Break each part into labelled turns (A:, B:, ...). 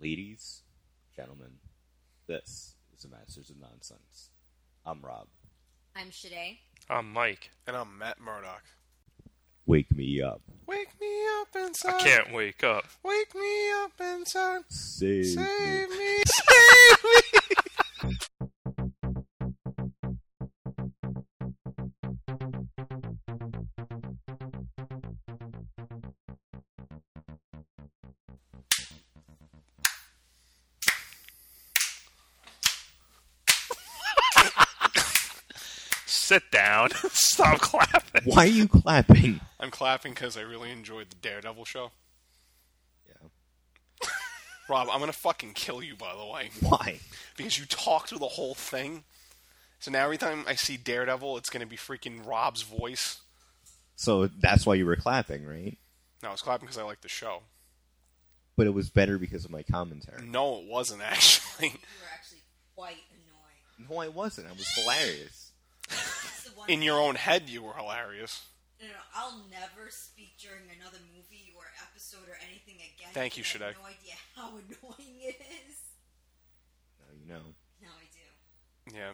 A: Ladies, gentlemen, this is the Masters of Nonsense. I'm Rob.
B: I'm Shade.
C: I'm Mike.
D: And I'm Matt Murdock.
A: Wake me up.
D: Wake me up inside.
C: I can't wake up.
D: Wake me up inside.
A: Save,
D: Save
A: me.
D: me. Save me.
C: Sit down. Stop clapping.
A: Why are you clapping?
D: I'm clapping because I really enjoyed the Daredevil show.
A: Yeah.
D: Rob, I'm going to fucking kill you, by the way,
A: Why?
D: because you talked through the whole thing. So now every time I see Daredevil, it's going to be freaking Rob's voice.
A: So that's why you were clapping, right?
D: No, I was clapping because I like the show.
A: But it was better because of my commentary.
D: No, it wasn't, actually.
B: You were actually quite annoying.
A: No, I wasn't. I was hilarious.
B: That's the one
D: In your own head, you were hilarious.
B: No, no, no, I'll never speak during another movie or episode or anything again.
D: Thank you,
B: because I
D: Shade.
B: have no idea how annoying it is.
A: Now you know.
B: Now I do.
D: Yeah.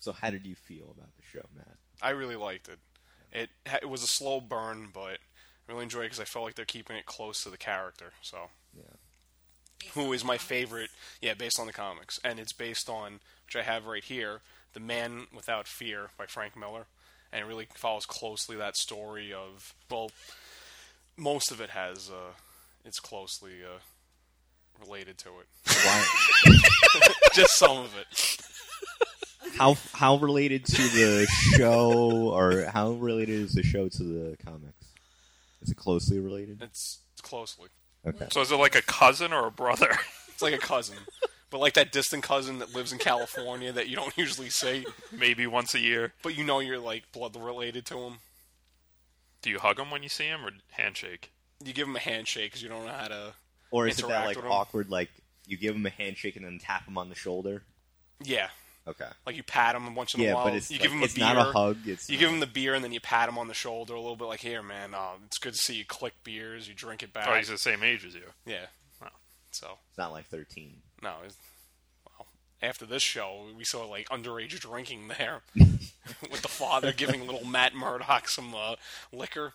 A: So how did you feel about the show, Matt?
D: I really liked it. It ha- it was a slow burn, but I really enjoyed it because I felt like they're keeping it close to the character. So,
A: Yeah.
B: Based
D: who
B: on
D: is my
B: comics.
D: favorite? Yeah, based on the comics, and it's based on which I have right here, "The Man Without Fear" by Frank Miller, and it really follows closely that story of well, most of it has uh, it's closely uh, related to it.
A: Why?
D: Just some of it.
A: how how related to the show, or how related is the show to the comics? Is it closely related?
D: It's closely.
A: Okay.
C: So is it like a cousin or a brother?
D: It's like a cousin, but like that distant cousin that lives in California that you don't usually see.
C: Maybe once a year.
D: But you know you're like blood related to him.
C: Do you hug him when you see him or handshake?
D: You give him a handshake because you don't know how to.
A: Or is it that
D: interact
A: like
D: with 'em.
A: awkward, like you give him a handshake and then tap him on the shoulder?
D: Yeah,
A: Okay.
D: like you pat him once in
A: Yeah,
D: a while.
A: but it's
D: you
A: like-
D: give him
A: it's
D: a beer.
A: not a hug. It's
D: You
A: not-
D: give him the beer and then you pat him on the shoulder a little bit, like here, man. Uh, it's good to see you. Click beers. You drink it back.
C: Oh, he's the same age as you.
D: yeah.
C: Wow.
D: So
A: It's not like thirteen.
D: no. It's, well, after this show, we saw like underage drinking there, with the father giving little Matt Murdock some uh, liquor.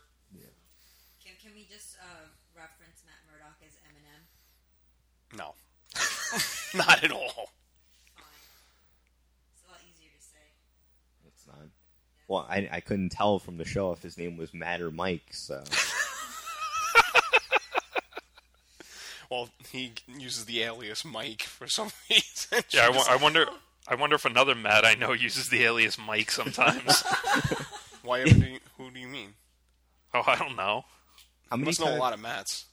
B: Can, can we just uh, reference Matt Murdock as Eminem?
D: No, not at all.
B: Fine. It's a lot easier to say.
A: It's not. Well, I, I couldn't tell from the show if his name was Matt or Mike. So
D: Well, he uses the alias Mike for some reason.
C: Yeah, I, wo- I wonder. I wonder if another Matt I know uses the alias Mike sometimes.
D: Why? Ever do you, who do you mean?
C: oh, I don't know.
A: how
D: You
A: many
D: must know a
A: times,
D: lot of Matts.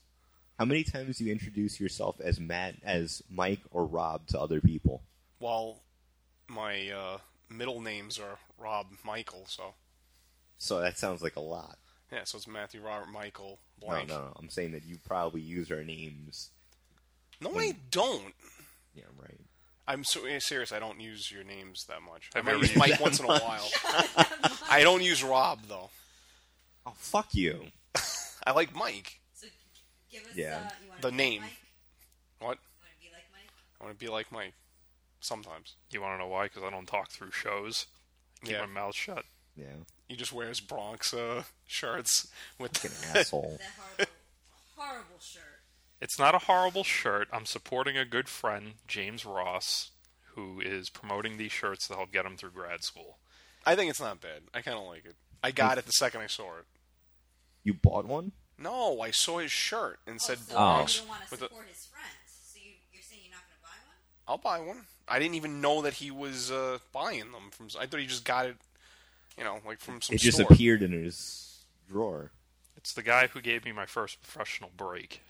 A: how many times do you introduce yourself as Matt, as Mike, or Rob to other people?
D: While my uh, middle names are Rob Michael, so
A: So that sounds like a lot.
D: yeah, so it's Matthew Robert Michael
A: No, no,
D: blank.
A: no. I'm saying that you probably use our names.
D: no. I don't.
A: Yeah, right.
D: I'm so, eh, serious. I don't use your names that much. I
C: I've
D: might
C: never
D: use
C: used
D: Mike
A: that
D: once in a while. I don't use Rob though.
A: Oh, fuck you.
D: I like Mike.
B: So g- give us
A: Yeah.
B: uh, you wanna
D: The
B: be
D: name.
B: Like Mike?
D: What?
B: You want to be like Mike?
D: I want to be like Mike sometimes.
C: You want to know why? Because I don't talk through shows. Keep
D: Yeah,
C: my mouth shut.
A: Yeah,
D: he just wears Bronx uh, shirts with
A: fucking asshole.
B: That horrible, horrible shirt.
C: It's not a horrible shirt. I'm supporting a good friend, James Ross, who is promoting these shirts to help get him through grad school.
D: I think it's not bad. I kind of like it. I got it the second I saw it.
A: You bought one?
D: No, I saw his shirt and said
B: oh, so
D: Bronx.
B: You don't want to
D: with a-
B: support his friends, so you, you're saying you're not going to buy one?
D: I'll buy one. I didn't even know that he was uh, buying them from. I thought he just got it, you know, like from some
A: it just
D: store.
A: appeared in his drawer.
C: It's the guy who gave me my first professional break.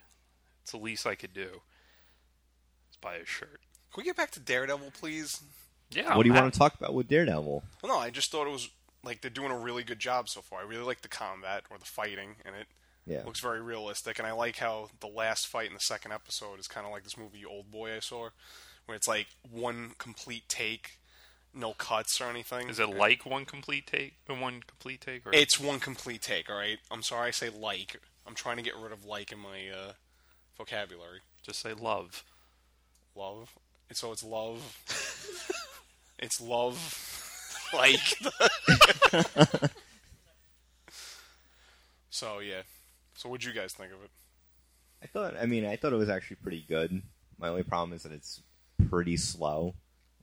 C: It's the least I could do. Is buy a shirt.
D: Can we get back to Daredevil, please?
C: Yeah.
A: what do you
C: I'm
A: want to talk about with Daredevil?
D: Well, no, I just thought it was like they're doing a really good job so far. I really like the combat or the fighting, and it
A: Yeah,
D: looks very realistic. And I like how the last fight in the second episode is kind of like this movie Old Boy I saw, where it's like one complete take, no cuts or anything.
C: Is it like one complete take? One complete take? Or
D: It's one complete take, all right? I'm sorry I say like. I'm trying to get rid of like in my uh, vocabulary.
C: Just say love.
D: Love. And so it's love. it's love. like. the- so yeah. So what'd you guys think of it?
A: I thought. I mean, I thought it was actually pretty good. My only problem is that it's pretty slow.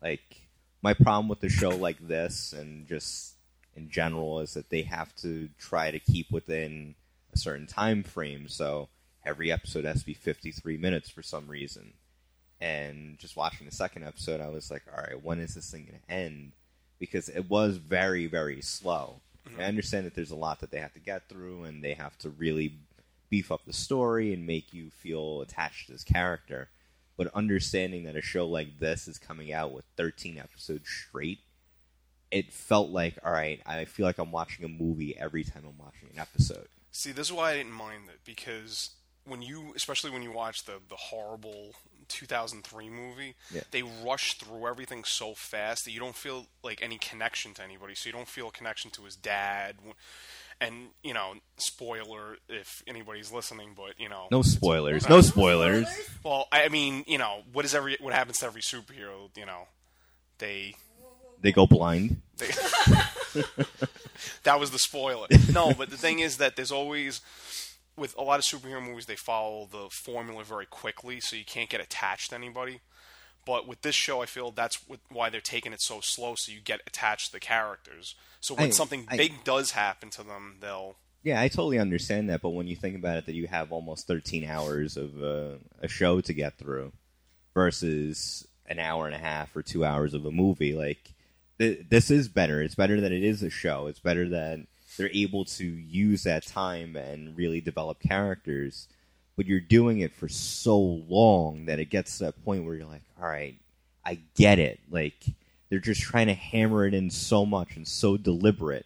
A: Like my problem with the show like this, and just in general, is that they have to try to keep within a certain time frame. So every episode has to be fifty-three minutes for some reason. And just watching the second episode, I was like, "All right, when is this thing going to end?" Because it was very, very slow. I understand that there's a lot that they have to get through, and they have to really beef up the story and make you feel attached to this character. But understanding that a show like this is coming out with 13 episodes straight, it felt like, all right, I feel like I'm watching a movie every time I'm watching an episode.
D: See, this is why I didn't mind it because when you, especially when you watch the the horrible 2003 movie,
A: Yeah.
D: they rush through everything so fast that you don't feel like any connection to anybody. So you don't feel a connection to his dad. And you know, spoiler if anybody's listening, but you know,
A: No spoilers. No spoilers.
D: Well, I I mean, you know, what is every what happens to every superhero? You know, they
A: They go blind.
D: they- that was the spoiler. No, but the thing is that there's always with a lot of superhero movies they follow the formula very quickly, so you can't get attached to anybody. But with this show, I feel that's wh- why they're taking it so slow, so you get attached to the characters. So when
A: I-
D: something
A: I-
D: big does happen to them, they'll
A: Yeah, I totally understand that, but when you think about it, that you have almost 13 hours of uh, a show to get through versus an hour and a half or two hours of a movie, like th- this is better. It's better that it is a show. It's better that they're able to use that time and really develop characters. But you're doing it for so long that it gets to that point where you're like, all right, I get it. Like they're just trying to hammer it in so much and so deliberate.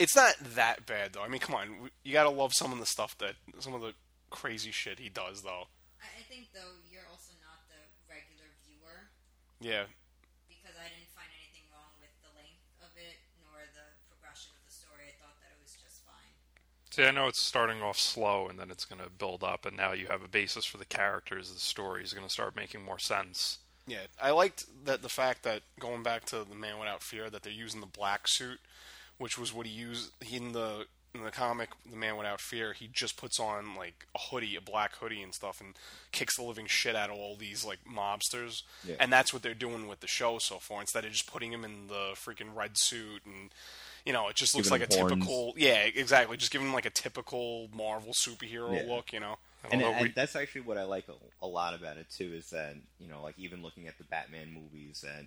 D: it's not that bad though. I mean, come on, w- you gotta love some of the stuff that some of the crazy shit he does though.
B: I, I think though you're also not the regular viewer
D: Yeah,
B: because I didn't find anything wrong with the length of it nor the progression of the story. I thought that it was just fine.
C: See, I know it's starting off slow and then it's going to build up, and now you have a basis for the characters. The story is going to start making more sense.
D: yeah. I liked that the fact that going back to the Man Without Fear that they're using the black suit, which was what he used he in the in the comic The Man Without Fear. He just puts on like a hoodie, a black hoodie and stuff, and kicks the living shit out of all these like mobsters.
A: Yeah.
D: And that's what they're doing with the show so far. Instead of just putting him in the freaking red suit and you know, it just looks
A: Giving
D: like a
A: him horns.
D: typical, yeah, exactly. Just giving him like a typical Marvel superhero
A: Yeah.
D: look, you know.
A: and,
C: Although
A: and
C: we-
A: that's actually what I like a, a lot about it too is that you know like even looking at the Batman movies that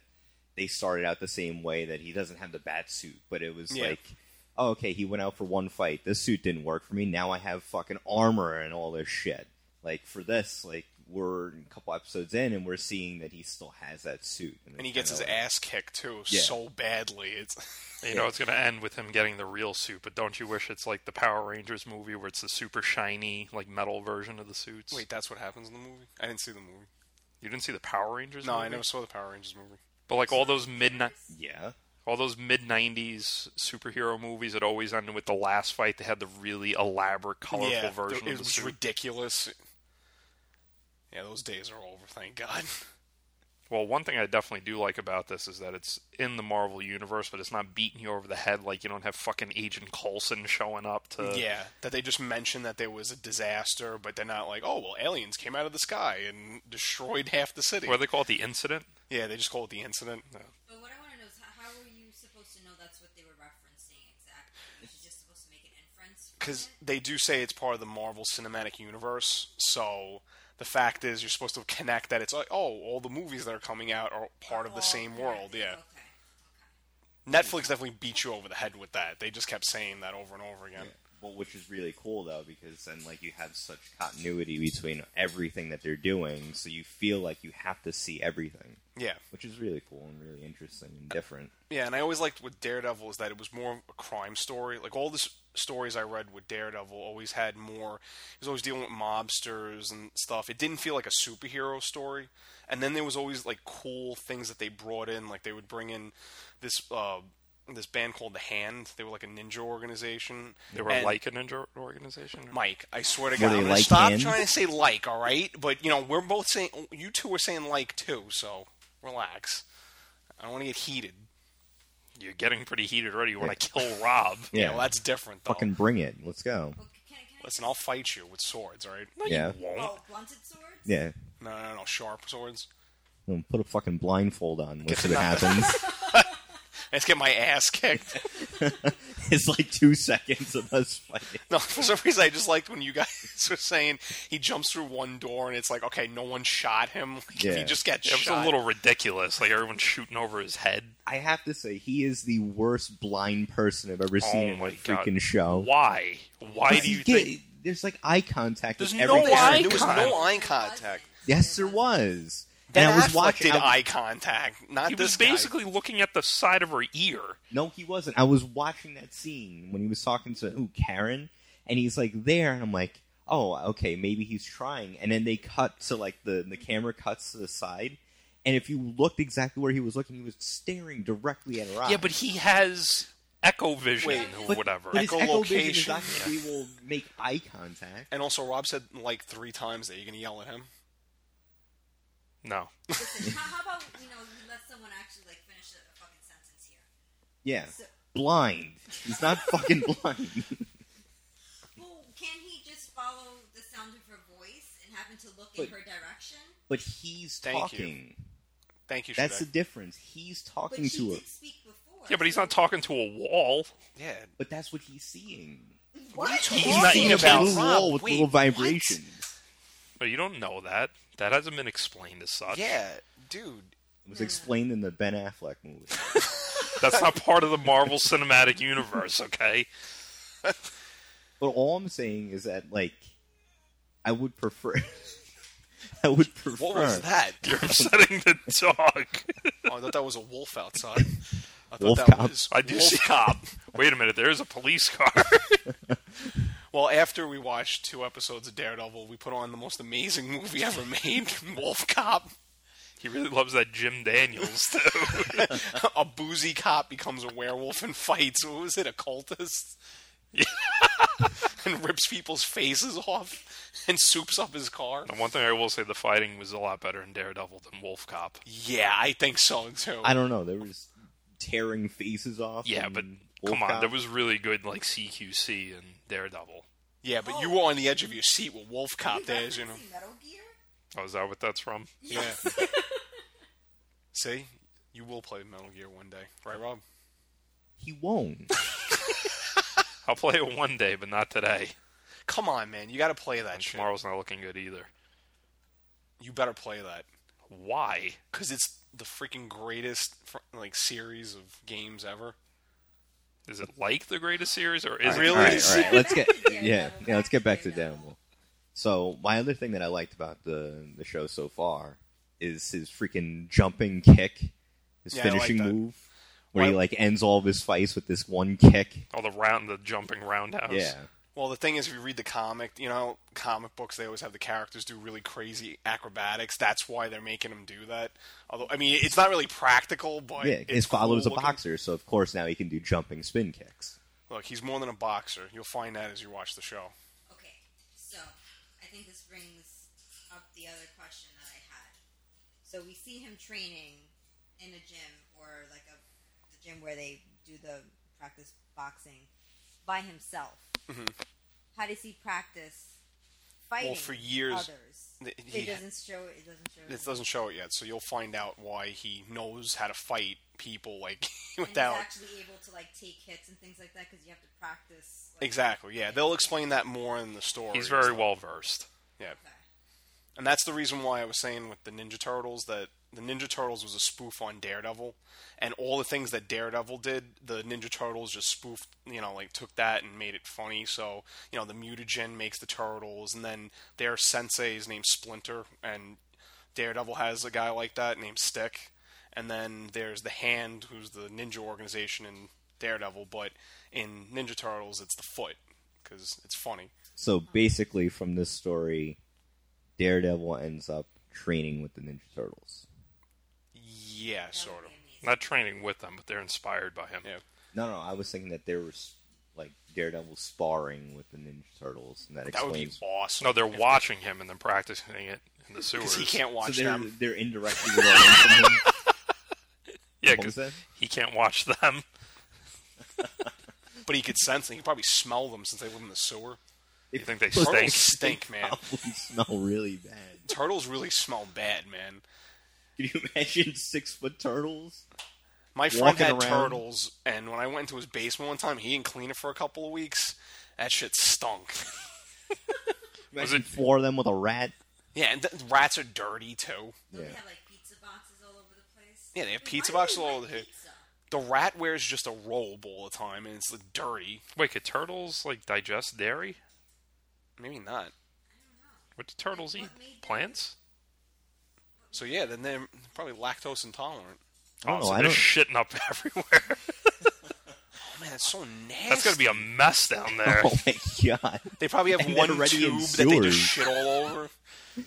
A: they started out the same way that he doesn't have the bat suit but it was
D: Yeah.
A: like oh okay he went out for one fight this suit didn't work for me now I have fucking armor and all this shit like for this like we're a couple episodes in and we're seeing that he still has that suit
D: And he
A: it's
D: gets his
A: kinda like-
D: ass kicked too,
A: Yeah.
D: so badly. It's
C: You know, it's going to end with him getting the real suit, but don't you wish it's like the Power Rangers movie where it's the super shiny, like metal version of the suits?
D: wait, that's what happens in the movie. I didn't see the movie.
C: you didn't see the Power Rangers?
D: No,
C: movie?
D: I never saw the Power Rangers movie.
C: But like all those midnight,
A: yeah
C: all those mid '90s superhero movies, it always ended with the last fight. They had the really elaborate, colorful
D: yeah,
C: version
D: it
C: of the
D: was
C: suit.
D: ridiculous. Yeah, those days are over. Thank God.
C: Well, one thing I definitely do like about this is that it's in the Marvel universe, but it's not beating you over the head like you don't have fucking Agent Coulson showing up to.
D: yeah, that they just mentioned that there was a disaster, but they're not like, oh well, aliens came out of the sky and destroyed half the city.
C: What do they call it? The incident.
D: yeah, they just call it the incident.
B: But what I want to know is how, how were you supposed to know that's what they were referencing exactly? Was you just supposed to make an inference? from
D: because
B: it?
D: they do say it's part of the Marvel Cinematic Universe. So the fact is, you're supposed to connect that it's like, oh, all the movies that are coming out are part of the
B: Well,
D: same world.
B: right, Oh,
D: Yeah,
B: Okay.
D: Netflix definitely beat you over the head with that. They just kept saying that over and over again.
A: Well, which is really cool though, because then like you have such continuity between everything that they're doing, so you feel like you have to see everything,
D: Yeah,
A: which is really cool and really interesting and different.
D: yeah. And I always liked with Daredevil is that it was more of a crime story. Like all the s- stories I read with Daredevil always had more. He was always dealing with mobsters and stuff. It didn't feel like a superhero story. And then there was always like cool things that they brought in. Like they would bring in this. Uh, this band called The Hand. They were like a ninja organization.
C: They were
D: And-
C: like an inter- organization. or-
D: Mike, I swear to
A: Were
D: God,
A: they
D: I'm gonna
A: like
D: stop
A: hands?
D: trying to say like, all right? But you know, we're both saying you two are saying like too, so relax. I don't want to get heated.
C: You're getting pretty heated already. You want to kill Rob?
A: Yeah.
D: well, that's different though.
A: Fucking bring it. Let's go.
B: Well, can, can I
D: Listen, I'll fight you with swords, all right? No,
A: Yeah.
D: you won't.
B: Oh, blunted swords?
A: Yeah.
D: No, no, no, sharp swords.
A: Well, Put a fucking blindfold on. Let's see what happens.
D: Let's get my ass kicked.
A: it's like two seconds of us fighting.
D: No, for some reason I just liked when you guys were saying he jumps through one door and it's like, okay, no one shot him. Like, He
A: Yeah.
D: just got
C: It was
D: shot.
C: a little ridiculous. Like everyone's shooting over his head.
A: I have to say, he is the worst blind person I've ever
C: Oh
A: seen in a
C: my God.
A: freaking show.
C: Why? Why do you
A: Get-
C: think?
A: There's like eye contact.
D: There's
A: with
D: no
A: every
D: eye
A: character.
D: There was no eye
B: There
D: contact.
B: wasn't.
A: Yes, there
B: wasn't.
A: was.
D: Ben
A: and I was
D: Affleck
A: watching.
D: did
A: I-
D: eye contact, not
C: He
D: this
C: was
D: guy.
C: basically looking at the side of her ear.
A: No, he wasn't. I was watching that scene when he was talking to ooh, Karen, and he's like there, and I'm like, oh, okay, maybe he's trying. And then they cut to like the the camera cuts to the side, and if you looked exactly where he was looking, he was staring directly at her. eye.
C: Yeah, but he has echo vision
D: Wait,
C: or
A: But-
C: whatever.
A: But his echolocation is
D: Echolocation.
A: not gonna be will make eye contact.
D: And also, Rob said like three times that you're gonna yell at him.
C: no.
B: Listen, how, how about, you know, we let someone actually, like, finish a, a fucking sentence here?
A: Yeah,
B: So-
A: blind. He's not fucking blind.
B: Well, can he just follow the sound of her voice and happen to look in
A: But-
B: her direction?
A: But he's
D: Thank you.
A: talking.
D: Thank you.
A: That's the
D: Shudai.
A: difference. He's
B: But
A: talking
B: she
A: to her,
B: did speak before.
C: Yeah, but he's not talking to a wall.
D: yeah.
A: but that's what he's seeing.
B: What?
C: He's not
A: He's
C: eating
A: a
C: about
A: little
D: Rob,
A: wall with
D: wait,
A: little
D: what?
A: vibrations.
C: But you don't know that. That hasn't been explained as such.
D: Yeah, dude.
A: It was explained in the Ben Affleck movie.
C: That's not part of the Marvel Cinematic Universe, okay?
A: but all I'm saying is that, like, I would prefer. I would prefer.
D: What was that?
C: You're upsetting the dog.
D: Oh, I thought that was a wolf outside. I thought
A: Wolf
D: that
A: cop.
D: was
C: I do
D: wolf
C: see-
D: cop.
C: Wait a minute, there is a police car.
D: Well, after we watched two episodes of Daredevil, we put on the most amazing movie ever made, Wolf Cop.
C: he really loves that Jim Daniels, too.
D: a boozy cop becomes a werewolf and fights. What was it? A cultist. and rips people's faces off and soups up his car.
C: And one thing I will say, the fighting was a lot better in Daredevil than Wolf Cop.
D: Yeah, I think so too.
A: I don't know. There was tearing faces off.
C: Yeah,
A: and
C: but
A: Mm, wolf
C: come on,
A: cop.
C: there was really good like CQC and Daredevil.
D: Yeah, but you were on the edge of your seat with Wolf Cop there, you know.
B: Referencing Metal Gear?
C: Oh, is that what that's from?
D: Yeah. See, you will play Metal Gear one day, right, Rob?
A: He won't.
C: I'll play it one day, but not today.
D: Come on, man, you got to play that
C: And
D: shit.
C: tomorrow's not looking good either.
D: You better play that
C: Why?
D: because it's the freaking greatest fr- like series of games ever.
C: Is it like the greatest series, or is it
D: Really?
A: All right, all right. Let's get
B: Yeah,
A: yeah, yeah. Let's get back to
B: Daredevil.
A: Daniel. So my other thing that I liked about the the show so far is his freaking jumping kick, his
D: Yeah, I like
A: finishing
D: that.
A: move, where he
D: Why-
A: like ends all of his fights with this one kick.
C: all the round, the jumping roundhouse?
A: Yeah,
D: Well, the thing is, if you read the comic, you know, comic books, they always have the characters do really crazy acrobatics. That's why they're making them do that. Although, I mean, it's not really practical, but
A: yeah. His
D: it's
A: father's
D: cool
A: a
D: looking.
A: boxer, so of course now he can do jumping spin kicks.
D: Look, he's more than a boxer. You'll find that as you watch the show.
B: Okay, so I think this brings up the other question that I had. So we see him training in a gym or like a the gym where they do the practice boxing by himself. How does he practice fighting?
D: Mm-hmm. for years,
B: others.
D: th- he-
B: it doesn't show. It doesn't show.
D: It doesn't show it yet, so you'll find out why he knows how to fight people like
B: And he's
D: without.
B: actually able to like take hits and things like that because you have to practice. Like,
D: Exactly. Yeah, they'll explain that more in the story.
C: he's very well versed.
D: Yeah,
B: Okay.
D: and that's the reason why I was saying with the Ninja Turtles that the Ninja Turtles was a spoof on Daredevil, and all the things that Daredevil did, the Ninja Turtles just spoofed. You know, like took that and made it funny. So you know, the mutagen makes the turtles, and then their sensei is named Splinter, and Daredevil has a guy like that named Stick, and then there's the Hand, who's the ninja organization in Daredevil, but in Ninja Turtles, it's the Foot because it's funny.
A: So basically, from this story, Daredevil ends up training with the Ninja Turtles.
D: Yeah, sort of.
B: Amazing.
C: Not training with them, but they're inspired by him.
D: Yeah.
A: No, no, I was thinking that there was like Daredevil sparring with the Ninja Turtles, and that
D: That would be
A: explains.
D: awesome.
C: No, they're watching him and then practicing it in the sewers.
D: because he can't watch
A: so they're
D: them.
A: they're indirectly related to him.
C: yeah,
A: What was
C: because
A: that?
C: he can't watch them.
D: But he could sense them. He could probably smell them since they live in the sewer.
C: You think they
D: Turtles
C: stink?
D: stink, man.
A: Probably smell really bad.
D: Turtles really smell bad, man.
A: Can you imagine six foot turtles?
D: My friend
A: Walking
D: had
A: around.
D: turtles, and when I went into his basement one time, he didn't clean it for a couple of weeks. That shit stunk.
A: Imagine four of them with a rat.
D: yeah, and th- rats are dirty too.
B: Don't
A: Yeah.
B: they have like pizza boxes all over the place?
D: Yeah, they have
B: Like,
D: pizza
B: why do
D: boxes
B: they
D: all
B: like
D: over the-
B: pizza?
D: The rat wears just a robe all the time, and it's like, dirty.
C: Wait, could turtles like digest dairy?
D: Maybe not.
C: What do turtles eat?
B: What made them-
C: Plants?
D: So yeah, then they're probably lactose intolerant.
A: I don't
C: oh,
A: know.
C: so
A: I
C: they're
A: don't.
C: shitting up everywhere.
D: Oh man, that's so nasty.
C: That's gonna be a mess down there.
A: oh my god!
D: They probably have
A: And they're
D: one
A: already in
D: tube that they
A: sewers.
D: just shit all over.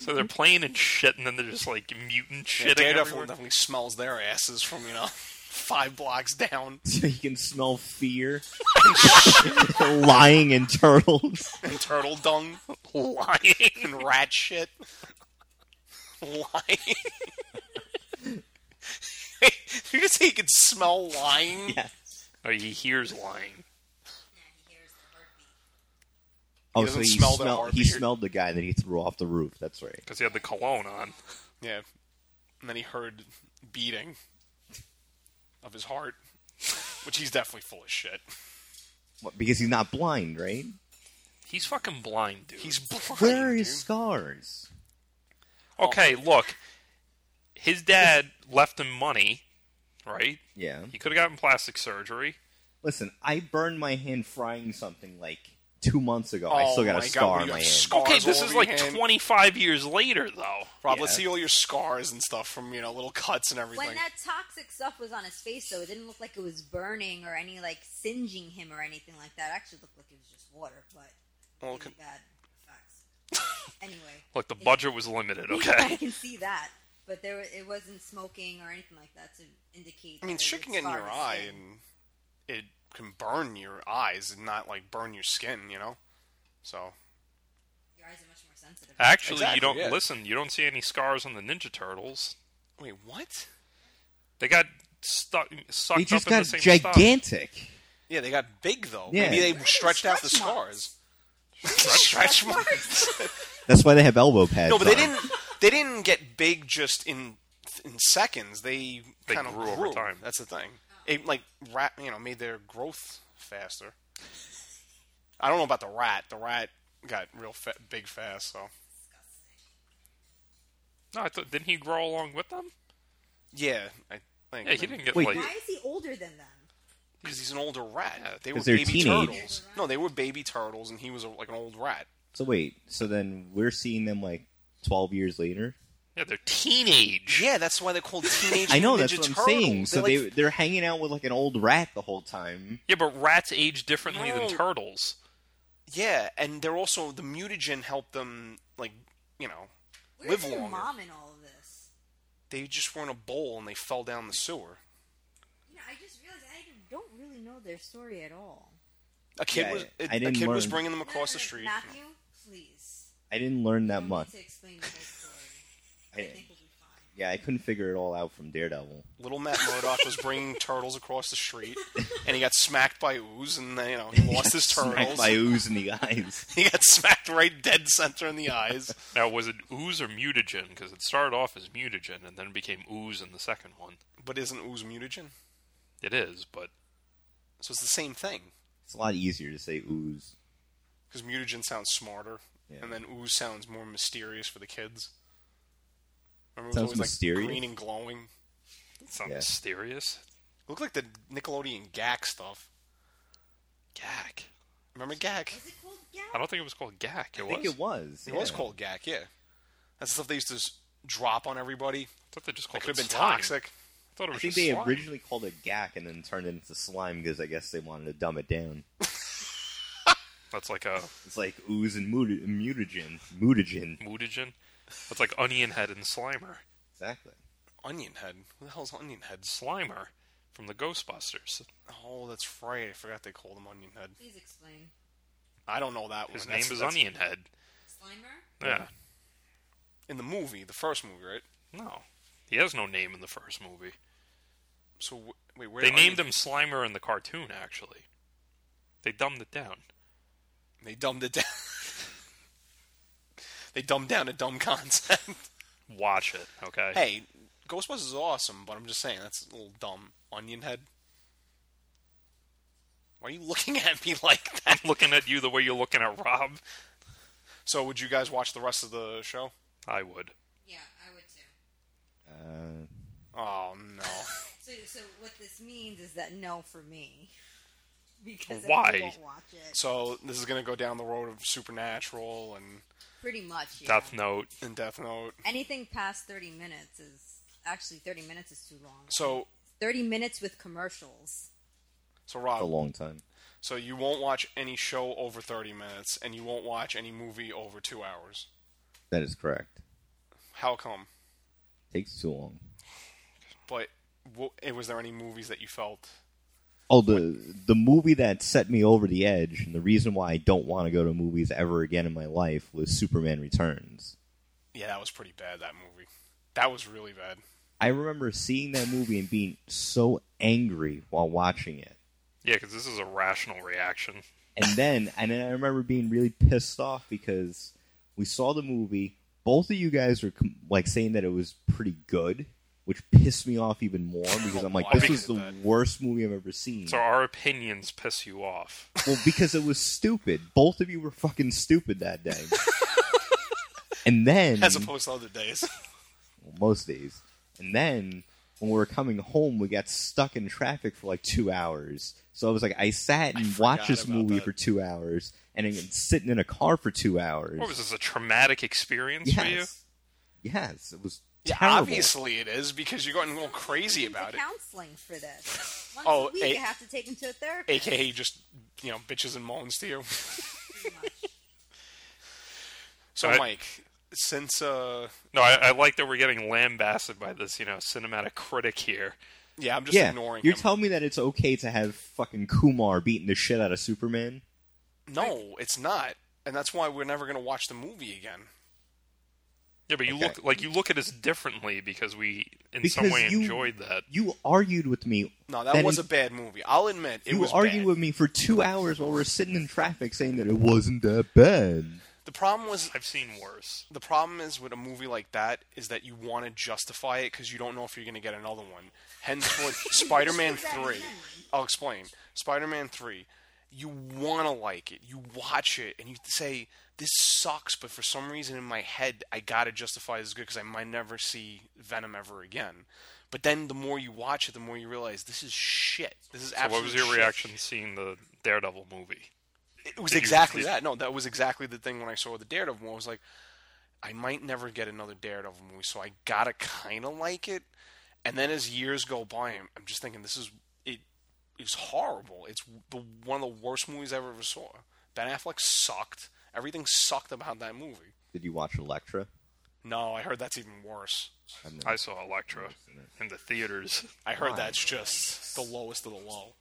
C: So they're playing and shit, and then they're just like mutant
D: Yeah,
C: shitting
D: Daredevil
C: everywhere.
D: definitely smells their asses from you know five blocks down.
A: So you can smell fear, lying in turtles.
D: and turtle dung, lying and rat shit, lying. you just say you could smell lying.
A: Yes.
C: No, Uh, he hears lying.
B: Yeah, he hears the heartbeat.
A: Oh,
D: doesn't
A: so he
D: smell that
A: smelled.
D: hard,
A: He
D: but you're-
A: smelled the guy that he threw off the roof. That's right.
C: Because he had the cologne on.
D: Yeah. and then he heard beating of his heart, which he's definitely full of shit.
A: What, because he's not blind, right?
C: He's fucking blind, dude.
D: He's blind.
A: Where are
D: dude.
A: his scars?
D: Oh.
C: okay, look. His dad left him money, right?
A: Yeah.
C: He could have gotten plastic surgery.
A: Listen, I burned my hand frying something like two months ago.
D: Oh
A: I still got
D: my
A: a
D: God,
A: scar
D: we
A: on
D: got
A: my hand.
D: scar-
C: Okay,
D: Scars
C: this
D: all
C: is
D: over
C: like
D: your hand.
C: 25 years later, though.
D: Rob,
A: Yeah.
D: let's see all your scars and stuff from you know little cuts and everything.
B: When that toxic stuff was on his face, though, it didn't look like it was burning or any like singeing him or anything like that. It actually looked like it was just water, but
D: Well,
B: really
D: con-
B: bad effects. anyway,
C: Look, the budget was limited,
B: I
C: okay?
B: can see that, but there it wasn't smoking or anything like that to indicate.
D: I mean,
B: that it
D: shit
B: would
D: can get in
B: scar
D: your
B: the
D: eye
B: skin.
D: and it can burn your eyes and not like burn your skin, you know. So
B: Your eyes are much more sensitive.
C: Actually,
D: Exactly,
C: you don't
D: yeah.
C: listen. You don't see any scars on the Ninja Turtles.
D: wait, what?
C: They got stuck, sucked
A: They just
C: up
A: got
C: in the same stuff.
A: gigantic.
D: Yeah, they got big though.
A: Yeah.
D: Maybe they
A: Where
B: are
D: stretched
B: the
D: out the
B: stretch
D: scars. stretch marks.
A: That's why they have elbow pads.
D: no, but they
A: on.
D: didn't. They didn't get big just in in seconds. They,
C: They
D: kind of
C: grew over time.
D: That's the thing. It like rat, you know, made their growth faster. I don't know about the rat. The rat got real fa- big fast. So
C: No, I thought, didn't he grow along with them?
D: yeah, I think
C: Yeah, he didn't get
A: Wait,
C: like.
B: Why is he older than them?
D: because he's an older rat. They were
A: 'Cause they're
D: baby
A: teenage.
D: turtles. No, they were baby turtles, and he was a, like an old rat.
A: So wait. So then we're seeing them like twelve years later.
C: Yeah, they're teenage.
D: Yeah, that's why they're called teenage.
A: I know
D: Ninja
A: that's what I'm
D: turtles.
A: saying. So
D: They're
A: they
D: like-
A: they're hanging out with like an old rat the whole time.
C: Yeah, but rats age differently
D: No.
C: than turtles.
D: yeah, and they're also the mutagen helped them like you know
B: Where's
D: live
B: your
D: longer.
B: mom in all of this?
D: They just were in a bowl and they fell down the sewer.
B: You know, I just realized I don't really know their story at all.
D: A kid
A: Yeah,
D: was
A: I
D: it, a
A: didn't
D: kid was
A: learn.
D: bringing them across
B: No,
D: the
B: no, no,
D: street.
B: Matthew, please.
A: I didn't learn that
B: Don't
A: much.
B: need to explain the whole story.
A: I
B: I
A: didn't-
B: think we'll be fine.
A: Yeah, I couldn't figure it all out from Daredevil.
D: Little Matt Murdock was bringing turtles across the street, and he got smacked by ooze, and then, you know he lost his
A: Smacked
D: turtles.
A: by ooze in the eyes.
D: He got smacked right dead center in the eyes.
C: Now, was it ooze or mutagen? Because it started off as mutagen and then became ooze in the second one.
D: But isn't ooze mutagen?
C: It is, but
D: So it's the same thing.
A: It's a lot easier to say ooze.
D: because mutagen sounds smarter,
A: Yeah.
D: and then ooze sounds more mysterious for the kids. Remember,
A: Sounds
D: it was always
A: mysterious.
D: like green and glowing.
C: it's not
A: Yeah.
C: mysterious.
D: looked like the Nickelodeon Gak stuff.
C: Gak.
D: Remember Gak?
B: Was it called Gap?
C: I don't think it was called Gak. It
A: I
C: was.
A: think it was.
D: It was
A: yeah.
D: called Gak, yeah. That's the stuff they used to s- drop on everybody.
C: I thought they just
D: That
C: called
D: could have
C: it
D: been
C: slime.
D: toxic.
C: I thought it was
A: I think
C: just
A: they
C: slime.
A: originally called it Gak and then turned it into slime because I guess they wanted to dumb it down.
C: That's like a
A: It's like ooze and muti- mutagen. Mutagen.
C: mutagen. That's like onion head and slimer.
A: Exactly.
D: Onion Head. Who the hell's Onion Head?
C: Slimer from the Ghostbusters.
D: Oh, that's right. I forgot they called him Onion Head.
B: Please explain.
D: I don't know that one.
C: His name
D: That's-
C: is
D: that's-
C: Onion Head.
B: Slimer?
C: Yeah.
D: In the movie, the first movie, right?
C: No. He has no name in the first movie.
D: So w- wait, where
C: They
D: Onion-
C: named him Slimer in the cartoon, actually. They dumbed it down.
D: They dumbed it down. they dumbed down a dumb concept.
C: Watch it, okay?
D: hey, Ghostbusters is awesome, but I'm just saying that's a little dumb. Onion Head. Why are you looking at me like that?
C: I'm looking at you the way you're looking at Rob.
D: So, would you guys watch the rest of the show?
C: I would.
B: Yeah, I would too.
A: Uh,
D: Oh no!
B: So, so what this means is that no for me. Because
C: Why?
B: I won't watch it.
D: so this is gonna go down the road of Supernatural and
B: Pretty much, yeah.
C: Death Note.
D: and Death Note.
B: Anything past 30 minutes is... Actually, 30 minutes is too long.
D: So,
B: 30 minutes with commercials.
D: so
A: it's a
D: Rob,
A: long time.
D: so you won't watch any show over 30 minutes, and you won't watch any movie over two hours.
A: That is correct.
D: How come?
A: Takes too long.
D: But w- eh, was there any movies that you felt?
A: Oh, the the movie that set me over the edge, and the reason why I don't want to go to movies ever again in my life was Superman Returns.
D: Yeah, that was pretty bad. That movie. That was really bad.
A: I remember seeing that movie and being so angry while watching it,
C: Yeah, because this is a rational reaction.
A: and then and then I remember being really pissed off because we saw the movie. Both of you guys were com- like saying that it was pretty good, which pissed me off even more because I'm like,
D: Oh, I
A: this was
D: hated
A: the
D: that.
A: worst movie I've ever seen.
C: So our opinions piss you off.
A: Well, because it was stupid. Both of you were fucking stupid that day. and then,
D: as opposed to other days.
A: well, most days, and then when we were coming home, we got stuck in traffic for like two hours. So I was like, I sat and watched this
D: about
A: movie
D: that.
A: for two hours, and then sitting in a car for two hours.
C: What was this, a traumatic experience for you?
A: yes, yes, it was
D: yeah,
A: terrible.
D: obviously it is because you're going a little crazy about
B: to
D: it.
B: counseling for this. Once
D: Oh,
B: a week,
D: a-
B: I have to take him to a therapist.
D: AKA just you know bitches and moans to you.
B: pretty much.
D: So
C: I-
D: Mike, since uh
C: No, I, I like that we're getting lambasted by this, you know, cinematic critic here.
D: yeah, I'm just
A: Yeah,
D: ignoring
A: you're
D: him.
A: telling me that it's okay to have fucking Kumar beating the shit out of Superman?
D: no, it's not, and that's why we're never gonna watch the movie again.
C: Yeah, but you
A: Okay.
C: look like you look at us differently because we, in some
A: Because
C: way,
A: you-
C: enjoyed that.
A: You argued with me.
D: No, that,
A: that
D: was
A: it-
D: a bad movie. I'll admit it
A: you
D: was
A: argued
D: bad.
A: with me for two hours while we are sitting in traffic saying that it wasn't that bad.
D: The problem was
C: I've seen worse.
D: the problem is with a movie like that is that you want to justify it because you don't know if you're going to get another one. Henceforth, Spider-Man
B: Just put that
D: Three.
B: in.
D: I'll explain. Spider-Man Three. You want to like it. You watch it and you say this sucks, but for some reason in my head I gotta justify this is good because I might never see Venom ever again. But then the more you watch it, the more you realize this is shit. This is
C: So
D: absolute
C: what was your
D: shit.
C: reaction seeing the Daredevil movie?
D: It was
C: Did you-
D: exactly
C: did-
D: that. No, that was exactly the thing when I saw the Daredevil movie. I was like, I might never get another Daredevil movie, so I gotta kind of like it. And then as years go by, I'm, I'm just thinking this is it. It's horrible. It's the one of the worst movies I ever saw. Ben Affleck sucked. Everything sucked about that movie.
A: Did you watch Electra?
D: No, I heard that's even worse.
A: I'm
C: I saw Elektra in the theaters.
D: I heard
A: Why?
D: that's just the lowest of the low.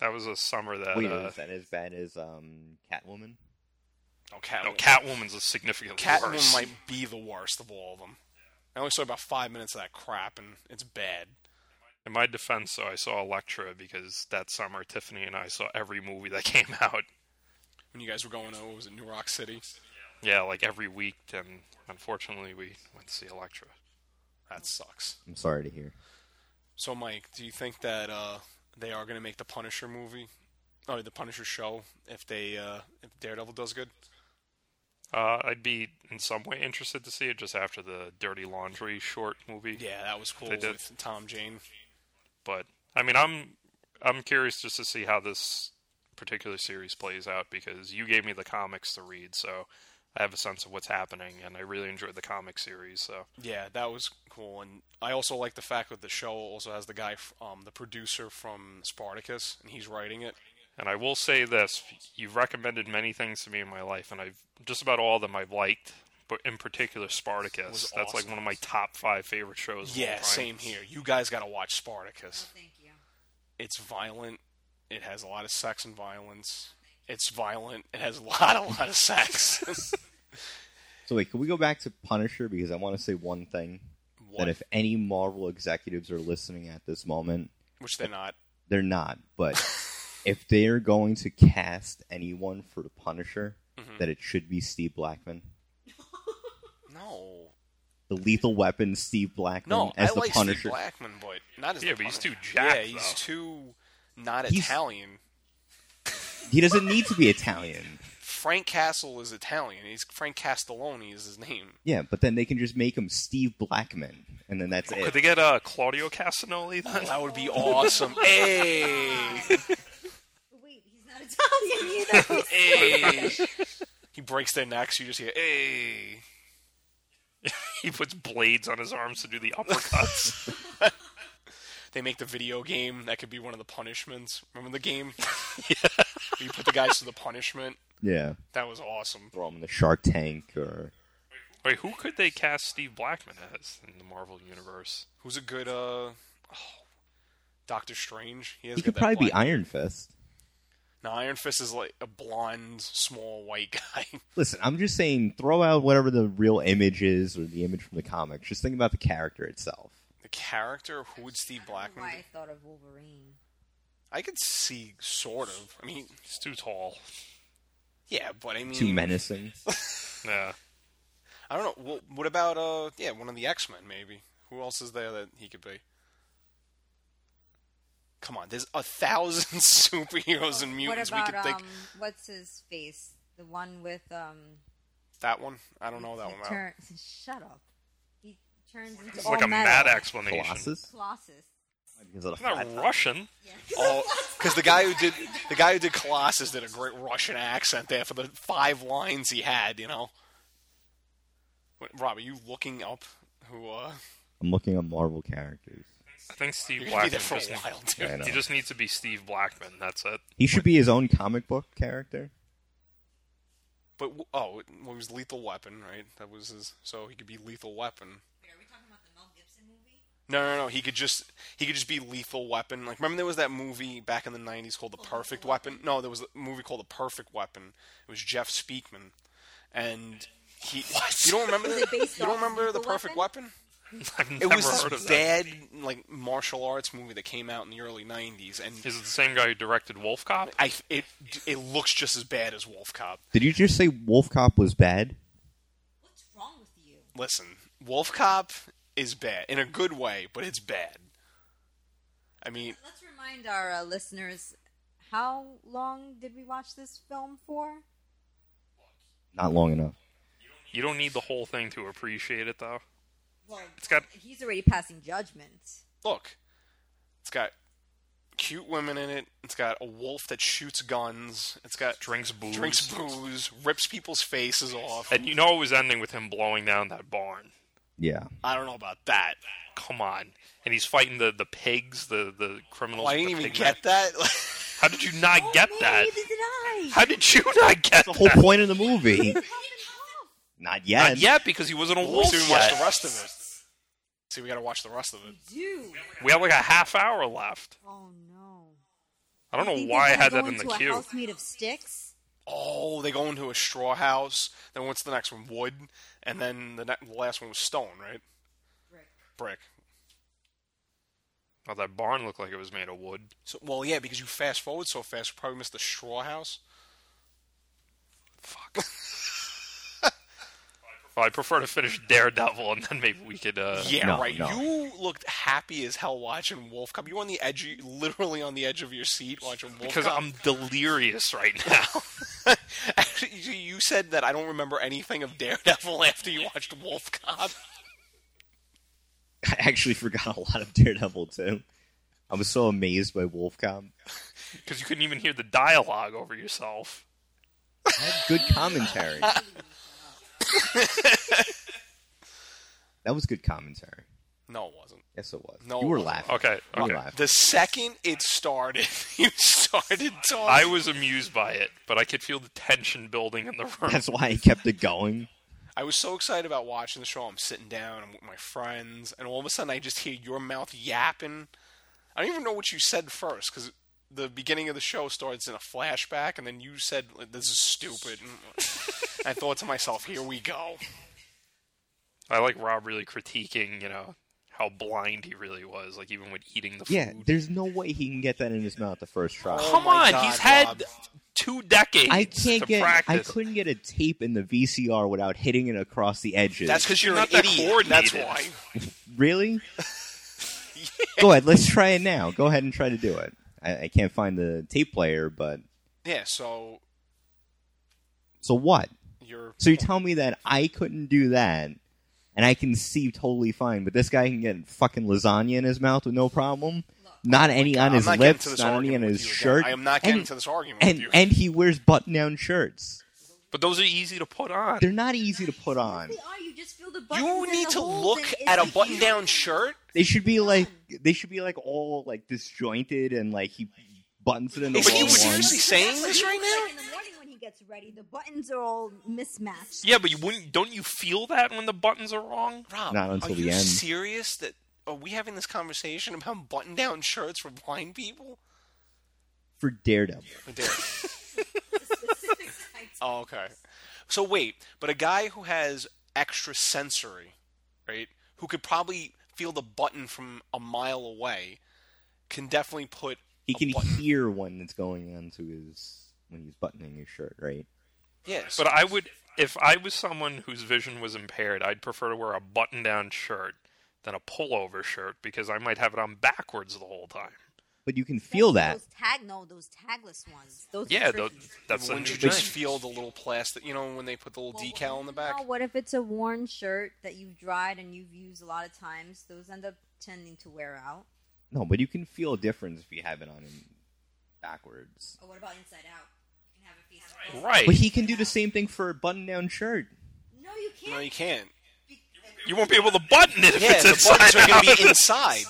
C: That was a summer that
A: Wait,
C: uh,
A: is that as bad as um, Catwoman?
D: No, Catwoman.
C: no, Catwoman's a significantly
D: Catwoman
C: worse.
D: might be the worst of all of them. I only saw about five minutes of that crap, and it's bad.
C: In my defense, though, I saw Elektra because that summer Tiffany and I saw every movie that came out.
D: when you guys were going to what was it New Rock City?
C: Yeah, like every week. And unfortunately, we went to see Elektra.
D: That sucks.
A: I'm sorry to hear.
D: So Mike, do you think that uh, they are going to make the Punisher movie or the Punisher show if they uh, if Daredevil does good?
C: Uh, I'd be in some way interested to see it just after the Dirty Laundry short movie.
D: Yeah, that was cool
C: They did.
D: with Tom Jane.
C: But I mean, I'm I'm curious just to see how this particular series plays out because you gave me the comics to read, so I have a sense of what's happening, and I really enjoyed the comic series. So
D: Yeah, that was cool, and I also like the fact that the show also has the guy, f- um, the producer from Spartacus, and he's writing it.
C: And I will say this: you've recommended many things to me in my life, and I've just about all of them I've liked, but in particular Spartacus.
D: Was
C: That's like
D: awesome.
C: one of my top five favorite shows. of all
D: Yeah,
C: time.
D: same here. You guys got to watch
B: No,
D: Spartacus.
B: Oh, thank you.
D: It's violent. It has a lot of sex and violence. It's violent. It has a lot, a lot of sex.
A: So wait, can we go back to Punisher because I want to say one thing
D: What?
A: that if any Marvel executives are listening at this moment,
D: Which they're not.
A: they're not, but if they're going to cast anyone for the Punisher, that it should be Steve Blackman.
D: No.
A: The lethal weapon Steve Blackman
D: No,
A: as
D: I
A: the
D: like
A: Punisher.
D: Steve Blackman, but not as
C: Yeah,
D: the
C: but he's
D: Punisher.
C: too jacked,
D: Yeah, he's
C: though.
D: too not
A: He's-
D: Italian.
A: He doesn't need to be Italian.
D: Frank Castle is Italian. He's Frank Castelloni is his name.
A: Yeah, but then they can just make him Steve Blackman, and then that's
C: Could
A: it.
C: they get uh, Claudio Castagnoli then?
D: That would be awesome. hey,
B: But wait, he's not Italian either.
D: Eh. hey. He breaks their necks. You just hear hey.
C: He puts blades on his arms to do the uppercuts.
D: They make the video game that could be one of the punishments. Remember the game? Where you put the guys to the punishment.
A: Yeah,
D: That was awesome.
A: throw him in the Shark Tank or
C: Wait, who could they cast Steve Blackman as in the Marvel universe?
D: Who's a good uh? Oh, Doctor Strange.
A: he
D: has got
A: could
D: that
A: probably be
D: black-
A: Iron Fist.
D: No, Iron Fist is like a blonde, small, white guy.
A: Listen, I'm just saying, throw out whatever the real image is or the image from the comics. Just think about the character itself.
D: the character, who would Steve
B: I don't know
D: Blackman
B: why
D: be?
B: I thought of Wolverine.
D: I could see, sort of. I mean,
C: He's too tall.
D: yeah, but I mean,
A: Too menacing.
C: Yeah.
D: I don't know. What, what about uh? Yeah, one of the X Men maybe. Who else is there that he could be? Come on, there's a thousand superheroes and mutants
B: Oh, what
D: we could
B: about
D: think.
B: um, what's his face? The one with um.
D: That one, I don't know that
B: he
D: one. Out.
B: turn- Shut up. He turns into
C: It's
B: all
C: like a
B: metal.
C: mad explanation.
A: Colossus?
B: Colossus.
A: Because of the
C: He's not
A: flat top.
C: Russian.
B: Yeah.
D: Oh, because the guy who did the guy who did Colossus did a great Russian accent there for the five lines he had. You know, Wait, Rob, are you looking up who? uh
A: I'm looking at Marvel characters.
C: I think Steve
D: You're gonna be
C: Blackman.
D: there for a
C: just needs-
D: while,
A: Yeah, I
D: dude.
A: know.
C: he just needs to be Steve Blackman. That's it.
A: He should be his own comic book character.
D: But w- oh, it well, he was Lethal Weapon, right? That was his. So he could be Lethal Weapon.
B: Wait, are we talking about the Mel Gibson movie?
D: No, no, no. He could just he could just be Lethal Weapon. Like remember there was that movie back in the '90s called The
B: Oh,
D: Perfect Weapon. No, there was a movie called The Perfect Weapon. It was Jeff Speakman, and he. You don't remember
B: it
D: the,
B: based
D: You don't
B: off
D: remember The
B: Lethal
D: Perfect
B: Weapon?
D: Weapon?
C: I've
D: It
C: never
D: was
C: heard
D: this
C: of that.
D: bad like martial arts movie that came out in the early '90s, and
C: Is it the same guy who directed Wolf Cop?
D: I it it looks just as bad as Wolf Cop.
A: Did you just say Wolf Cop was bad?
B: What's wrong with you?
D: listen, Wolf Cop is bad in a good way, but it's bad. I mean,
B: Let's remind our uh, listeners how long did we watch this film for?
A: Not long enough.
C: You don't need the whole thing to appreciate it, though.
B: Well,
C: It's got-
B: he's already passing judgment.
D: look, it's got cute women in it. It's got a wolf that shoots guns. It's got
C: Drinks booze.
D: drinks booze, rips people's faces off.
C: And you know it was ending with him blowing down that barn.
A: Yeah.
D: I don't know about that.
C: Come on. And he's fighting the, the pigs, the, the criminals.
D: Well, I
C: with
D: didn't
C: the
D: even
C: pig
D: get
C: men.
D: that.
C: How did you not
B: Oh,
C: get
B: man,
C: that?
B: Neither did I.
C: How did you not get
A: The whole
C: that?
A: point of the movie. Not yet.
C: Not yet, because he wasn't a
D: we
C: wolf
D: still didn't watch
C: yet.
D: the rest of it. See, we gotta watch the rest of it.
B: Do.
C: We have like a half hour left.
B: Oh no.
C: I don't know
B: Think
C: Oh, why I
B: they're
C: had
B: gonna
C: that
B: go
C: in the
B: into a
C: queue.
B: house made of sticks.
D: Oh, they go into a straw house. Then what's the next one? Wood, and then the, ne- the last one was stone, right? Brick.
C: Oh, that barn looked like it was made of wood.
D: So, well, yeah, because you fast forward so fast, we probably missed the straw house.
C: Fuck.
A: Uh,
C: well, I prefer to finish Daredevil, and then maybe we could. Uh,
D: yeah,
A: no,
D: right.
A: no.
D: You looked happy as hell watching Wolf Cop. You were on the edge, of, literally on the edge of your seat watching Wolf
C: Because
D: Cop.
C: I'm delirious right now.
D: Actually, you- you said that I don't remember anything of Daredevil after you watched Wolf Cop.
A: I actually forgot a lot of Daredevil too. I was so amazed by Wolf Cop.
C: Because you couldn't even hear the dialogue over yourself.
A: It had good commentary. that was good commentary.
D: No, it wasn't.
A: Yes, it was.
D: No,
A: you were
D: it wasn't.
A: laughing.
C: Okay,
A: You were
C: okay.
A: laughing.
D: The second it started, you started
C: I
D: talking.
C: was amused by it, but I could feel the tension building in the room.
A: That's why I kept it going.
D: I was so excited about watching the show. I'm sitting down. I'm with my friends, and all of a sudden, I just hear your mouth yapping. I don't even know what you said first because the beginning of the show starts in a flashback, and then you said like, this is stupid. And I thought to myself, here we go.
C: I like Rob really critiquing, you know, how blind he really was, like even when eating the food.
A: Yeah, there's no way he can get that in his mouth the first try.
D: Oh
C: Come
D: my
C: on,
D: God,
C: he's had
D: Rob.
C: two decades
A: I can't
C: to
A: get. I
C: practice.
A: couldn't get a tape in the VCR without hitting it across the edges.
D: That's because you're
C: Not
D: an
C: that
D: idiot. That's why.
C: coordinated.
A: really. Go ahead. Let's try it now. Go ahead and try to do it. I, I can't find the tape player, but
D: Yeah. So
A: so what?
D: you're
A: So you tell me that I couldn't do that, and I can see totally fine, but this guy can get fucking lasagna in his mouth with no problem. Not any on his
D: I'm not
A: lips,
D: getting to this
A: not any on
D: argument
A: his
D: with you again.
A: shirt.
D: I am not getting
A: and,
D: to this argument
A: And
D: with you.
A: and he wears button-down shirts.
C: But those are easy to put on.
A: They're not easy to put on.
B: They are. You just feel the buttons
D: you
B: and
D: need
B: the
D: to
B: holes
D: look
B: and it's
D: at a
B: like-
D: button-down shirt.
A: They should be like they should be like all like disjointed and like he buttons it in the
D: Is he
A: wrong one.
D: seriously saying this right now?
B: In the morning when he gets ready, the buttons are all mismatched.
C: Yeah, but you wouldn't. Don't you feel that when the buttons are wrong?
D: Rob,
A: Not until
D: are
A: the
D: you
A: end.
D: serious that are we having this conversation about button-down shirts for blind people?
A: For Daredevil,
D: Right there. oh, okay. So wait, but a guy who has extra sensory, right? Who could probably feel the button from a mile away, can definitely put.
A: he
D: a
A: can
D: button.
A: hear when it's going on to his when he's buttoning his shirt, right?
D: Yes,
C: But I would, if I was someone whose vision was impaired, I'd prefer to wear a button-down shirt than a pullover shirt because I might have it on backwards the whole time.
A: But you can feel that.
B: Those tag no, those tagless ones. Those
C: Yeah,
B: are
C: tho-
B: tricky.
C: that's the
D: wouldn't
C: new
D: you just
C: thing.
D: feel the little plastic? You know when they put the little
B: Well,
D: decal in the
B: No,
D: back.
B: what if it's a worn shirt that you've dried and you've used a lot of times? Those end up tending to wear out.
A: No, but you can feel a difference if you have it on him backwards.
B: Or what about inside out? You can have a piece of
C: Right.
A: But he can do the same thing for a button-down shirt.
B: No, you can't.
D: No, you can't.
B: Be-
C: You won't be able to button it if
D: Yeah,
C: it's
D: the buttons
C: inside
D: are going to
C: out.
D: be inside.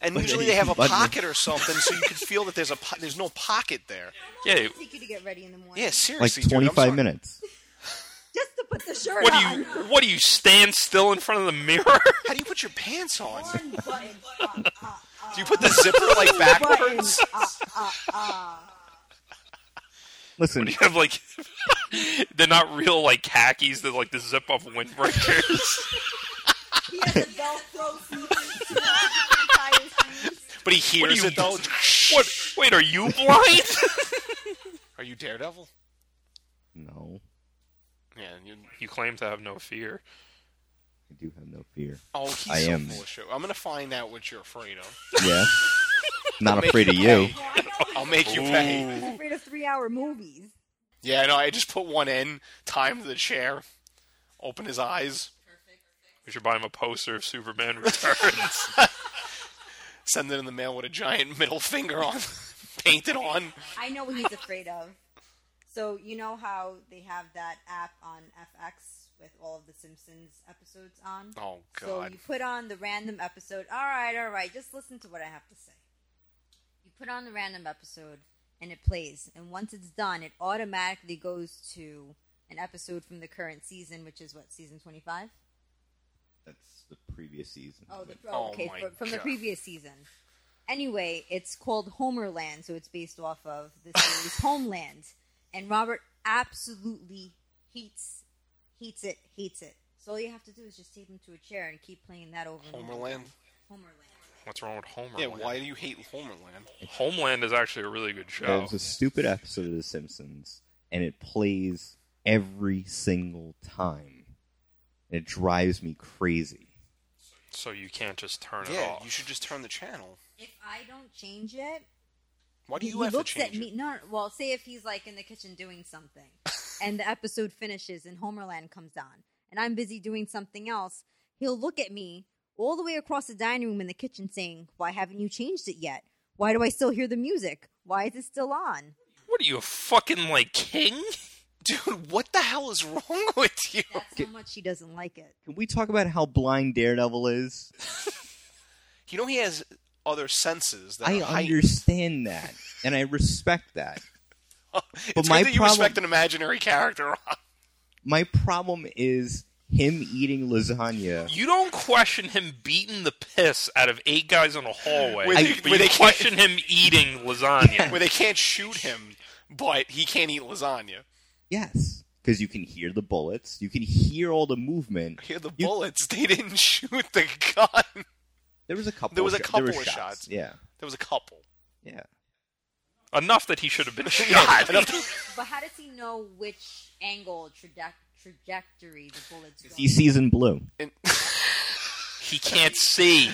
D: And
A: But
D: usually
A: then
D: they have a
A: button it.
D: pocket or something, so you can feel that there's a po- there's no pocket there.
C: Yeah.
B: It'll take you to get ready in the morning.
D: Yeah,
A: Like
D: seriously, dude, I'm
A: 25
D: sorry.
A: minutes.
B: Just to put the shirt
C: What do
B: on.
C: you? What do you stand still in front of the mirror?
D: How do you put your pants on?
B: One button. Uh, uh, uh,
D: Do you put the zipper like
B: button.
D: backwards?
B: Uh, uh, uh.
A: Listen,
C: you have like, they're not real like khakis. They're like the zip up windbreakers.
B: He has a Velcro sleeves, two different tire sleeves.
D: But he hears
C: you-
D: it though.
C: what? Wait, are you blind?
D: Are you Daredevil?
A: no,
D: Yeah. You...
C: you claim to have no fear.
A: I do have no fear.
D: Oh, he's
A: I
D: so
A: am.
D: full of shit. I'm gonna find out what you're afraid of.
A: Yeah, not
D: make
A: afraid of
D: you
A: you.
B: Well, I know
D: I'll make you pay.
B: he's afraid of three-hour movies.
D: Yeah, no, I just put one in, timed the chair, open his eyes,
C: We should buy him a poster of Superman Returns.
D: send it in the mail with a giant middle finger on, painted on.
B: I know what he's afraid of. So you know how they have that app on FX with all of the Simpsons episodes on.
D: Oh
B: So
D: God.
B: you put on the random episode. All right, all right. Just listen to what I have to say. You put on the random episode and it plays. And once it's done, it automatically goes to an episode from the current season, which is what season twenty-five.
A: That's the previous season.
B: Oh, the,
D: Oh
B: oh, okay,
D: my
B: from, from the
D: God.
B: previous season. Anyway, it's called Homerland, so it's based off of the series Homeland, and Robert absolutely hates, hates it, hates it. So all you have to do is just tape him to a chair and keep playing that over. and over
D: Homerland?
B: again. Homerland.
C: What's wrong with Homer?
D: Yeah, why do you hate Homerland?
C: Homeland is actually a really good show.
A: There's a stupid episode of The Simpsons, and it plays every single time. It drives me crazy.
C: So you can't just turn it
D: Yeah,
C: off.
D: you should just turn the channel.
B: If I don't change it,
D: Why do
B: he,
D: you
B: he
D: have
B: looks
D: to change
B: at me.
D: it?
B: No, no, well, say if he's like in the kitchen doing something, and the episode finishes and Homerland comes on, and I'm busy doing something else, he'll look at me all the way across the dining room in the kitchen, saying, "Why haven't you changed it yet? Why do I still hear the music? Why is it still on?"
C: What are you, a fucking like king?
D: Dude, what the hell is wrong with you?
B: That's how much he doesn't like it.
A: Can we talk about how blind Daredevil is?
D: You know he has other senses that
A: I
D: are heightened.
A: understand that, and I respect that.
D: it's
A: my
D: good that you
A: problem-
D: respect an imaginary character. Rob.
A: My problem is him eating lasagna.
C: You don't question him beating the piss out of eight guys in a hallway.
D: Where they-
C: but
D: where
C: you
D: they
C: question him eating lasagna.
D: where they can't shoot him, but he can't eat lasagna.
A: Yes, because you can hear the bullets. You can hear all the movement.
D: Hear the
A: You-
D: bullets. They didn't shoot the gun.
A: There was a couple.
D: There was
A: of
D: a
A: sho-
D: couple
A: were
D: of
A: shots.
D: shots.
A: Yeah,
D: There was a couple.
A: yeah.
C: Enough that he should have been shot.
D: Enough-
B: But how does he know which angle traje- trajectory the bullets go?
A: He sees in blue.
D: And
C: he can't see.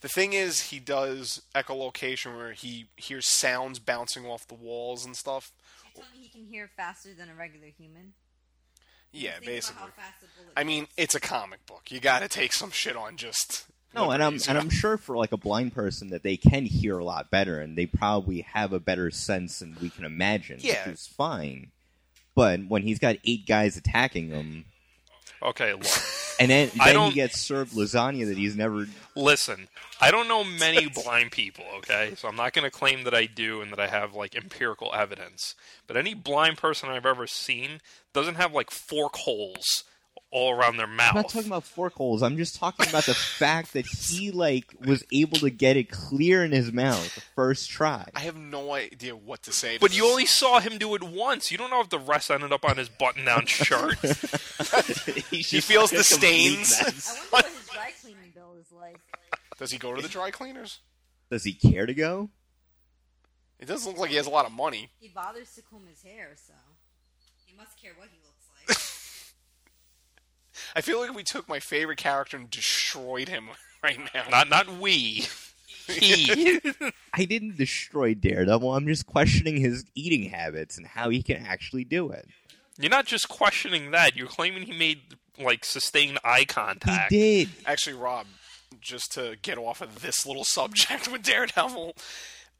D: the thing is, he does echolocation where he hears sounds bouncing off the walls and stuff.
B: You tell me he can hear faster than a regular human?
D: Yeah,
B: Think about
D: basically.
B: how fast the bullet
D: I mean, it's a comic book. You got to take some shit on just.
A: No, and I'm
D: liberties.
A: and I'm sure for like a blind person that they can hear a lot better and they probably have a better sense than we can imagine,
D: Yeah.
A: which is fine. But when he's got eight guys attacking him,
C: Okay, look.
A: and then,
C: I
A: then
C: don't-
A: he gets served lasagna that he's never.
C: Listen, I don't know many blind people, okay? So I'm not going to claim that I do and that I have like empirical evidence. But any blind person I've ever seen doesn't have like fork holes all around their mouth.
A: I'm not talking about fork holes. I'm just talking about the fact that he like was able to get it clear in his mouth the first try.
D: I have no idea what to say. to
C: but
D: this.
C: you only saw him do it once. You don't know if the rest ended up on his button-down shirt.
A: he
D: feels the stains.
B: I wonder what his dry cleaning bill is like.
D: Does he go to the dry cleaners?
A: Does he care to go?
D: It doesn't look like he has a lot of money.
B: He bothers to comb his hair, so he must care what he looks like.
D: I feel like we took my favorite character and destroyed him right now.
C: not not we. He.
A: I didn't destroy Daredevil. I'm just questioning his eating habits and how he can actually do it.
C: You're not just questioning that. You're claiming he made like sustained eye contact.
A: He did.
D: Actually, Rob, just to get off of this little subject with Daredevil,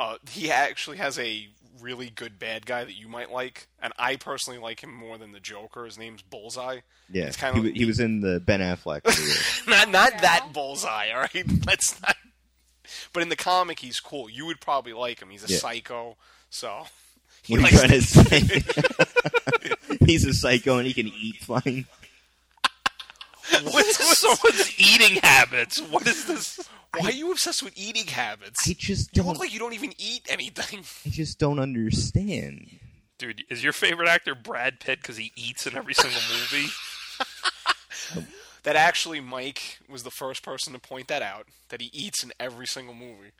D: uh, he actually has a really good bad guy that you might like, and I personally like him more than the Joker. His name's Bullseye.
A: Yeah,
D: It's
A: he,
D: kinda
A: wa- he was in the Ben Affleck movie.
D: not not
B: Yeah.
D: that Bullseye. All right, let's not. But in the comic, he's cool. You would probably like him. He's a
A: Yeah.
D: psycho, so he
A: what are you
D: likes
A: trying to say? He's a psycho and he can eat fine.
C: What is someone's eating habits? What is this?
D: Why are you obsessed with eating habits?
A: I just
D: you
A: don't.
D: look like you don't even eat anything.
A: I just don't understand.
C: Dude, is your favorite actor Brad Pitt because he eats in every single movie?
D: That actually, Mike was the first person to point that out. That he eats in every single movie.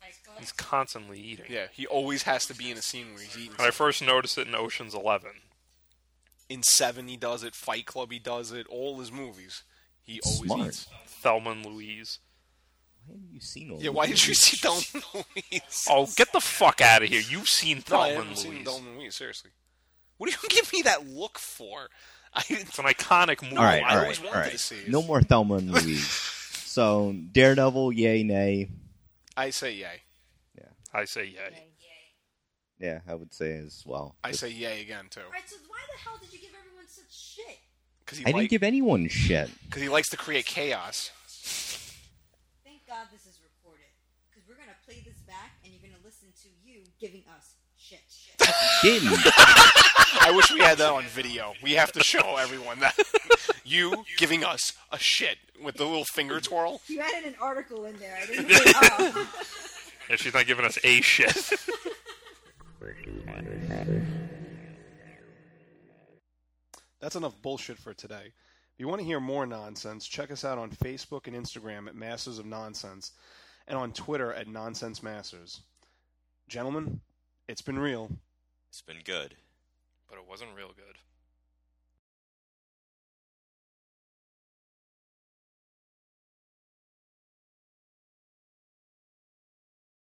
B: Like, oh,
C: He's constantly eating.
D: Yeah, he always has to be in a scene where he's eating.
C: And I first noticed it in Ocean's Eleven.
D: In Seven, he does it. Fight Club, he does it. All his movies, he always
A: Smart.
D: eats.
C: Thelma and Louise.
A: Why have you seen all?
D: Yeah,
A: of
D: why
A: these?
D: did you see Thelma and Louise?
C: Oh, get the fuck out of here. You've seen
D: No, I
C: Thelma
D: haven't
C: and
D: seen
C: Louise.
D: Thelma and Louise. Seriously, what do you give me that look for? I
C: It's an iconic movie.
A: All right,
D: I
A: all
D: always
A: right, all
D: wanted to
A: right.
D: see it.
A: No more Thelma and Louise. so Daredevil, yay nay.
D: I say yay.
C: I say yay.
B: All
A: Yeah, I would say as well.
D: I say yay again too
B: right, so why the hell did you give everyone such shit?
D: because he
A: I didn't
D: like,
A: give anyone shit.
D: cause he likes to create chaos.
B: Thank God this is recorded, because we're gonna play this back, and you're gonna listen to you giving us shit. shit.
A: Didn't.
D: I wish we had that on video. We have to show everyone that you giving us a shit with the little finger twirl.
B: you added an article in there. I didn't put it Oh, up.
C: And she's not giving us a shit.
D: That's enough bullshit for today. If you want to hear more nonsense, check us out on Facebook and Instagram at Masters of Nonsense and on Twitter at Nonsense Masters. Gentlemen, it's been real.
E: It's been good.
C: but it wasn't real good.